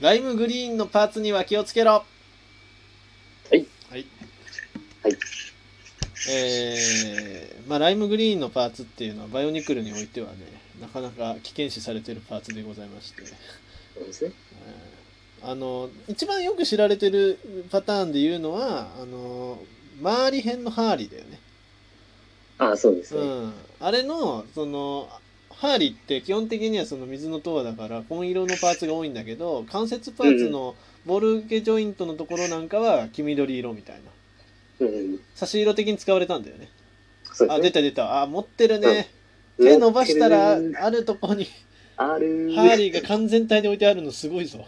ライムグリーンのパーツには気をつけろ。はい。はい。はい。えー、まあライムグリーンのパーツっていうのはバイオニクルにおいてはね、なかなか危険視されてるパーツでございまして、そうですね。えーあの一番よく知られてるパターンで言うのはあの周り辺のハーリーだよね。ああ、そうですうね。ん、あれのそのハーリーって基本的にはその水の塔だから紺色のパーツが多いんだけど関節パーツのボール受けジョイントのところなんかは黄緑色みたいなうん。うん、差し色的に使われたんだよねそうであす出ね。た出たあ持ってるね、うん手伸ばしたら持ってるあるとこにあるハーリーが完全体で置いてあるのすごいぞ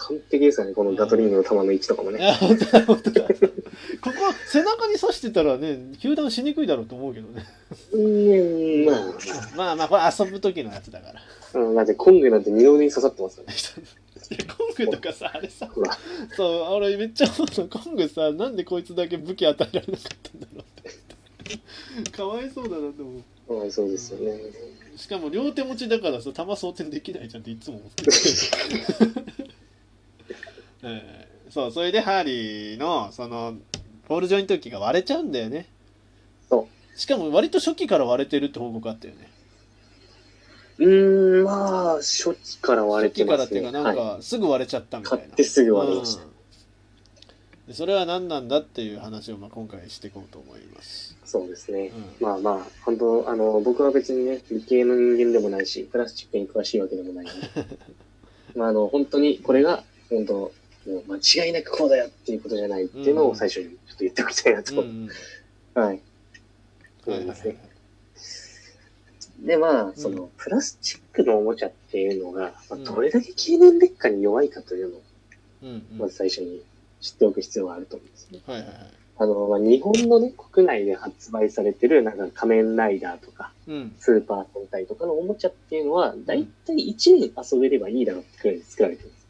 完璧ですよね、このガトリングの球の位置とかもいね。や本当だ本当だここ背中に刺してたらね球団しにくいだろうと思うけどねうーん、まあ、まあまあこれ遊ぶ時のやつだからまあうん、だってコングなんて二の腕に刺さってますからね。 いやコングとかさあれさほら、そう俺めっちゃ思うのコングさなんでこいつだけ武器与えられなかったんだろうってかわいそうだなと思ううん、そうですよね。しかも両手持ちだからさ弾装填できないじゃんっていつも思 ってる、ええそうそれでハーリーのそのボールジョイント機が割れちゃうんだよねそしかも割と初期から割れてるって報告あったよねうーん、まあ、初期から割れ初て期かまらっすていうね。かなんか、はい、すぐ割れちゃったみたい買なってすぐ割れました。うんでそれは何なんだっていう話をまあ今回していこうと思います。そうですね。うんまあまあ、本当あの、僕は別にね、理系の人間でもないし、プラスチックに詳しいわけでもないので、 まああの、本当にこれが、本当、もう間違いなくこうだよっていうことじゃないっていうのを最初にちょっと言っておきたいなと、うんはい、うんは思いいまはすねい。で、まあ、その、うプラスチックのおもちゃっていうのが、まあうんどれだけ経年劣化に弱いかというのを、うんうんまず最初に知っておく必要があると思うんですね。はいはいはいあの、まあ、日本のね、国内で発売されてる、なんか仮面ライダーとか、うんスーパー戦隊とかのおもちゃっていうのは、だいたい1年遊べればいいだろうってくらいで作られてるんです。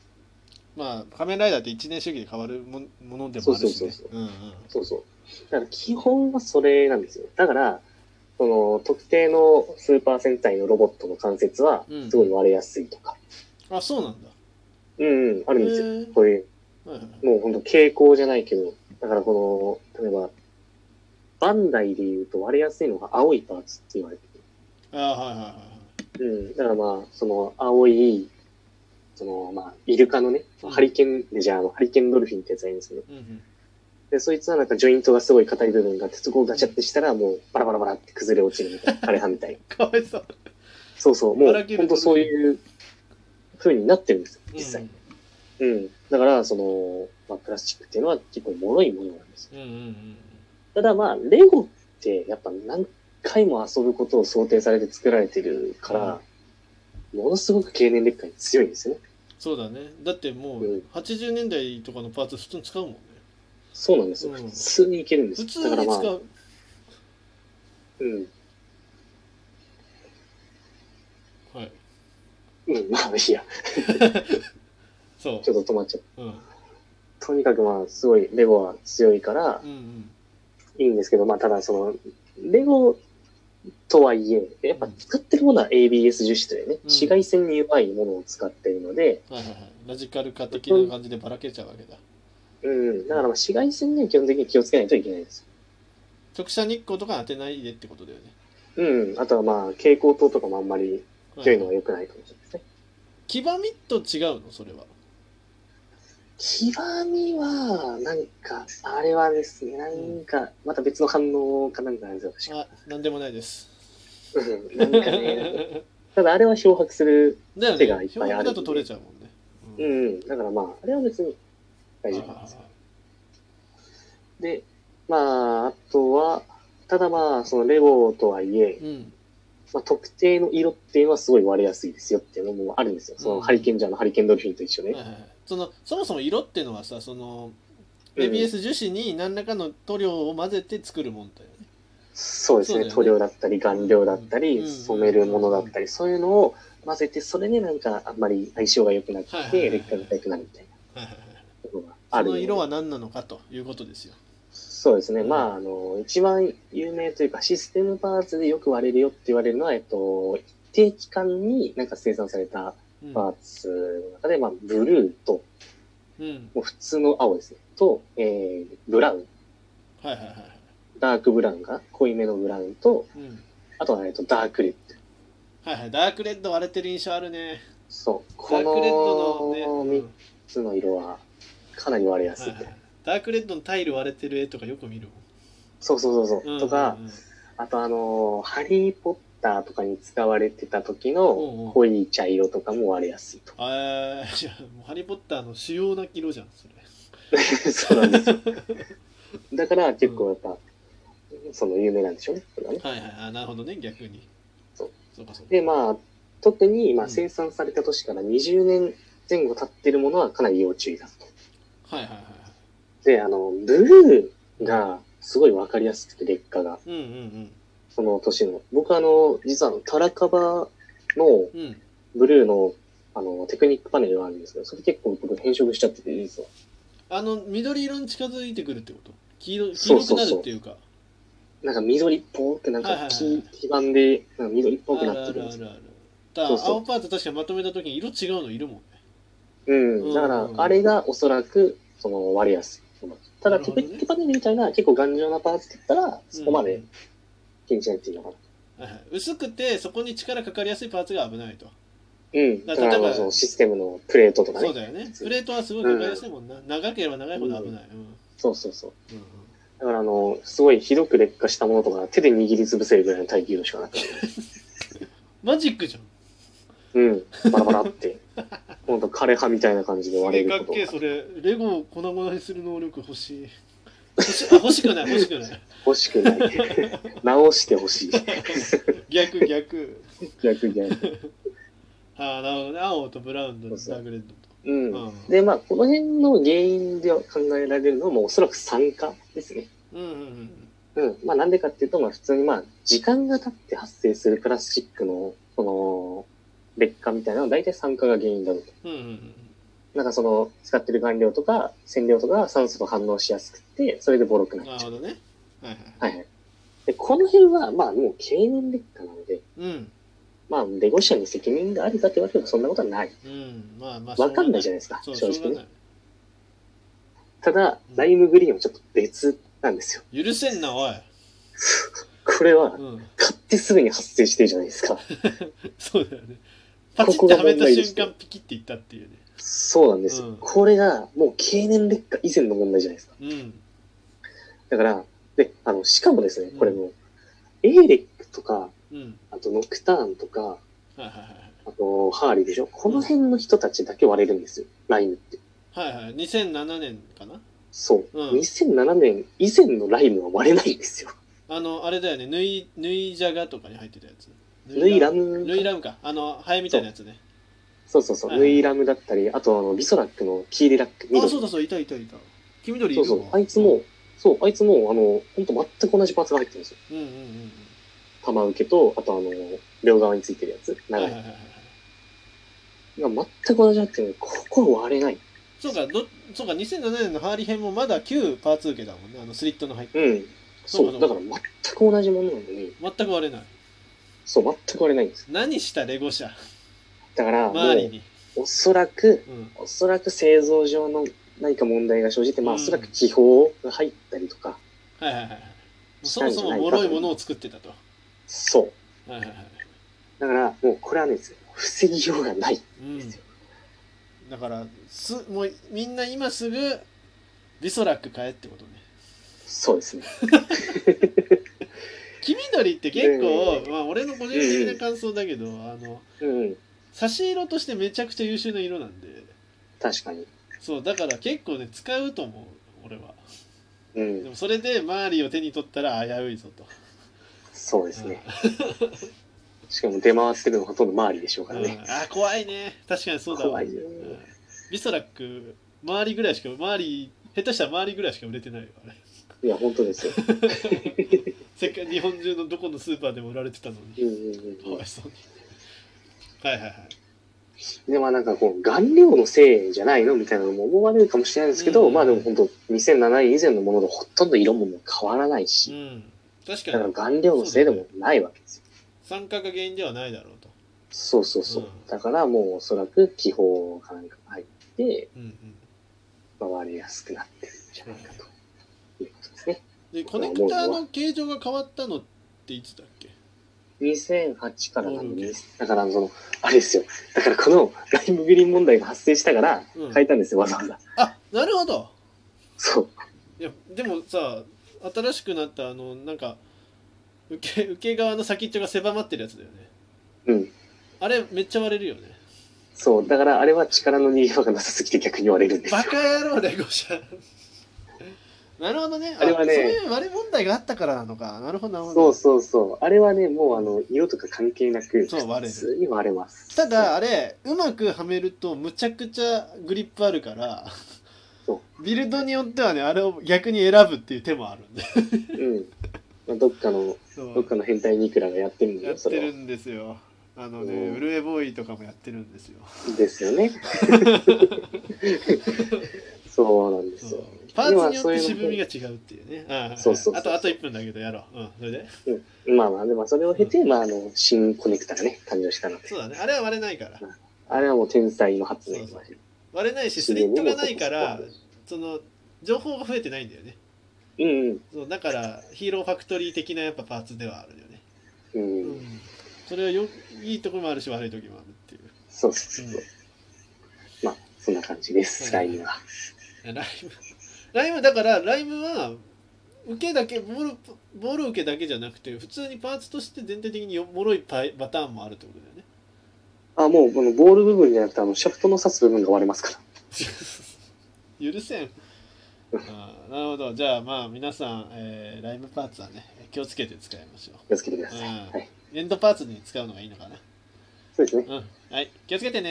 まあ仮面ライダーって一年主義で変わるもんものでもあるしそうそうねそう。うんうんそうそう。だから基本はそれなんですよ。だから、その特定のスーパー戦隊のロボットの関節はうんすごい割れやすいとか、あそうなんだ。うん、うん、あるんですよ。へーこういう、はいはいはいもう本当傾向じゃないけど、だからこの、例えば、バンダイで言うと割れやすいのが青いパーツって言われててあはいはいはいはい。うん、だからまあ、その青い、そのまあ、イルカのね、うんハリケーン、レジャーのハリケーンドルフィンってやつがいるんですけど、うん うんで、そいつはなんかジョイントがすごい硬い部分があって、そこをガチャってしたらもうバラバラバラって崩れ落ちるみたいな、あれはみたいな。かわいそう。そうそう、もバうラ切る本当そういう風になってるんですよ、実際。うん、だから、その、まあ、プラスチックっていうのは結構脆いものなんですよ。うんうんうんうんただまあ、レゴってやっぱ何回も遊ぶことを想定されて作られてるから、ものすごく経年劣化に強いんですよね。そうだね。だってもうんう80年代とかのパーツ普通に使うもんね。そうなんですよ。うん普通にいけるんです普通よ。だにからまあ、使う。うん。はい。うん、 まあ、いいや。そうちょっと止まっちゃう。。うんとにかくまあ、すごい、レゴは強いからう、んいいんですけど、まあ、ただその、レゴとはいえ、やっぱ使ってるものは ABS 樹脂というね、紫外線に弱いものを使っているので、うん。はいはいはい。ラジカル化的な感じでばらけちゃうわけだ。うん、だからまあ紫外線には基本的に気をつけないといけないです。直射日光とか当てないでってことだよね。うん、あとはまあ、蛍光灯とかもあんまり強いのは良くないかもしれないですね。黄ばみと違うのそれは。極みは、なんか、あれはですね、なんか、また別の反応かなんかなんですよ、確かあ、なんでもない です。うんだなん かね、よただあれは漂白する。手がいね。っ表ぱいあ面るだと取れちゃうもんね。ううんん、だからまあ、あれは別に大丈夫なんですよ。で、まあ、あとは、ただまあ、そのレゴとはいえ、うん。まあ、特定の色っていうのはすごい割れやすいですよっていうのもあるんですよ。そのハリケーンジャーのハリケーンドルフィンと一緒ねはい。はいはいそのそもそも色っていうのはさ、そのうん ABS 樹脂に何らかの塗料を混ぜて作るもんだよね。そうですそうだねよね塗料だったり顔料だったり、うん染めるものだったり、そういうのを混ぜてそれでなんかあんまり相性が良くなって、はいはいはい劣化が良くなるみたいはいはいはいなことが あそるのので色は何なのかということですよ。そうですね、うんまああの一番有名というかシステムパーツでよく割れるよって言われるのは、えっと、一定期間になんか生産されたうんパーツの中で、まあ、ブルーと、うんもう普通の青ですね。と、えー、ブラウン。はいはいはいダークブラウンが濃いめのブラウンと、うんあとは、えっと、ダークレッド。はいはいダークレッド割れてる印象あるねそう。ダこークレッドののね、 3つの色は、かなり割れやはすいいはい。ダークレッドのタイル割れてる絵とかよく見るそうそうそうそう。もんとか、あとあのーハリー・ポッターとかに使われてた時うんうのん。濃い茶色とかも割れやすいとあーいやもうハリー・ポッターの主要な色じゃんそれ そうな んですよ。だから結構やっぱ、その有名なんでしょうね。これはねはいはいあなるほどね逆にそうそうかそうかで、まあ、特に、まうあ、ん生産された年から20年前後経ってるものはかなり要注意だと。はいはいはいはで、あの、ブルーがすごいわかりやすくて、劣化が。いうんうんその年の。僕あの、実はあの、タラカバのうんうんブルーの、あの、テクニックパネルがあるんですけど、それ結構僕変色しちゃってて、実は。あの緑色に近づいてくるってこと黄色黄色くなるっていうかなんか緑っぽく、なんはいはいはかい黄黄ばんで、なんか緑っぽくなっあてるるあるんであするよ。あるだからそうそう青パーツ確かまとめた時に色違うのいるもんねうん。だかうらんう、んあれがおそらく、その、割れやすい。ただ、なるテほどクねニックパネルみたいな、結構頑丈なパーツって言ったら、そこまうでん気にしないっていうのかな。はいはい薄くてそこに力かかりやすいパーツが危ないとうん。だだかから例えばら、あのそのシステムのプレートとかそうね。だよねプレートはすごいかかりやすいもんな、長ければ長いほど危ない、うんそうそうそう。うんだから、あの、すごいひどく劣化したものとか、手で握りつぶせるぐらいの耐久度しかなくて。マジックじゃんうん。バラバラ って。ほんと枯葉みたいな感じで割れかるっことけえがそれレゴを粉々にする能力欲し い欲しあ欲しくない欲しくない欲しくない。直してほしい。逆逆逆逆。ああなるほどね青とブラウンとダークレッドとうんうんで、まあ、この辺の原因で考えられるのも、おそらく酸化ですね。うんうんうんうん。まあ、なんでかっていうと、まあ、普通に、まあ、時間が経って発生するプラスチックの、その、劣化みたいなのは、大体酸化が原因だろうと。うんうんうんなんかその、使ってる顔料とか、染料とかが酸素と反応しやすくて、それでボロくうんななっるちゃほう。どねはいはいはいはい。で、この辺は、まあ、もう経年劣化なので、うんまあ、レゴ社に責任があるかって言われても、そんなことはない。うんまあまあわかんないじゃんないですか、そうし正ょ直うがなね。ただうん、ライムグリーンはちょっと別なんですよ。い許せんなおい、これはう、ん、 買ってすぐに発生してるじゃないですか。そうだよねパチここッてがはめた問題でし瞬た間ピキっていったっていうねそうなんですよ。うんこれが、もう経年劣化以前の問題じゃないですか。うんだから、で、あの、しかもですね、これも、エーレックとか、うんあとノクターンとか、はいはいあと、ハーリーでしょこの辺の人たちだけ割れるんですよ。ライムって。はいはいはい2007年かなそう。うん2007年以前のライムは割れないんですよ。あのあれだよね縫い縫いじゃがとかに入ってたやつ縫いラム。縫いラムかあのハエみたいなやつねそうそうそう。はいは縫いいラムだったり、あとあの、ビソラックの黄色ラッあク。緑そうだそういたいたいた黄緑いそるうわそう。あいつも、そう、あいつも、あの、ほんと全く同じパーツが入ってるんですよ。うんうんうん玉受けと、あとあの、両側についてるやつ。うんはい長はいいはい。はいが全く同じだって、ここ割れない。そうかどそうか2007年のハーリー編もまだ旧パーツ受けだもんねあのスリットの入ってうん。そうかそそう。だうかから全く同じものなのに、全く割れないそう、全く割れないんです。何したレゴ社だから、も周りう、におそらく、うんおそらく製造上の何か問題が生じて、まあ、うおんそらく気泡が入ったりとか、はいはいはいはいもうそもそも脆いものを作ってたとはそう。いはいはいだから、もうこれはね、防ぎようがない。うんだからすもうみんな今すぐビソラック買えってことねそうですね。黄緑って結構、うまあ、俺の個人的な感想だけど、あのうん、差し色としてめちゃくちゃ優秀な色なんで確かに。そうだから結構ね使うと思う俺はうでん、もそれでマーリーを手に取ったら危ういぞとそうですね。しかも出回ってるのほとんど周りでしょうかうんらうんね。あ怖いね確かにそうだわ怖いようんビソラック周りぐらいしか周り下手したら周りぐらいしか売れてないよあれいや、本当ですよ。せっかく日本中のどこのスーパーでも売られてたのうんにうんかうんわいそうにはいはいはいうん、で、まあなんかこう、顔料のせいじゃないのみたいなのも思われるかもしれないですけど、うんまあでも本当、2007年以前のものとほとんど色ももう変わらないうし、ん確だかからに顔料のせいでもないわけですよ。酸化が原因ではないだろうとそうそうそう。うんだからもうおそらく気泡かなんかが入って、うんうんまあ割れやすくなってるんじゃないかということですね。でコネクターの形状が変わったのっていつだっけ2008からなんうんで、だからその、あれですよ。だからこのライムグリーン問題が発生したからうん変えたんですよ、わざわざ。あなるほどそう。いやでもさ新しくなったあのなんか受け受け側の先っちょが狭まってるやつだよねうん。あれめっちゃ割れるよねそう。だからあれは力の逃げ場がなさすぎて逆に割れるんですよバ。カ野郎だよゴシャ なるほどねあれはねそういう割れ問題があったからなのかなるほどなるほそどうそうそう。あれはね、もうあの、色とか関係なく、そう割れる普通に割れます。ただあれうまくはめるとむちゃくちゃグリップあるからそビルドによってはねあれを逆に選ぶっていう手もあるんでうん。まあ、どっかの、そうどっかの変態ニクラがやってるんだやっよ、そてるれは。んですよあのねうんウルエボーイとかもやってるんですよですよ ね。そうなんですよ。パーツによ今ってそういうの渋みが違うっていうねああそうそうそうあとあと1分だけどやろううんそれでまあまあ、でもそれを経て、まああの、新コネクタがね、誕生したので。そうだねあれは割れないからあれはもう天才の発明そう割れないしスリットがないからその情報が増えてないんだよねうんうん。そうだからヒーローファクトリー的なやっぱパーツではあるよね、う。うんん、それはよいいところもあるし悪い時もあるっていうそうそうそうう。んまあ、そんな感じです、ラインは。いやライブライブだからライブは受けだけボールボール受けだけじゃなくて普通にパーツとして全体的によもろいパイパターンもあるってことだよね あ、もう、このボール部分じゃなくて、あの、シャフトの刺す部分が割れますから。許せんあーなるほどじゃあまあ皆さん、えーライブパーツはね気をつけて使いましょ気をつけてください。うんはい。うエンドパーツに使うのがいいのかなそうですね。うんはい気をつけてね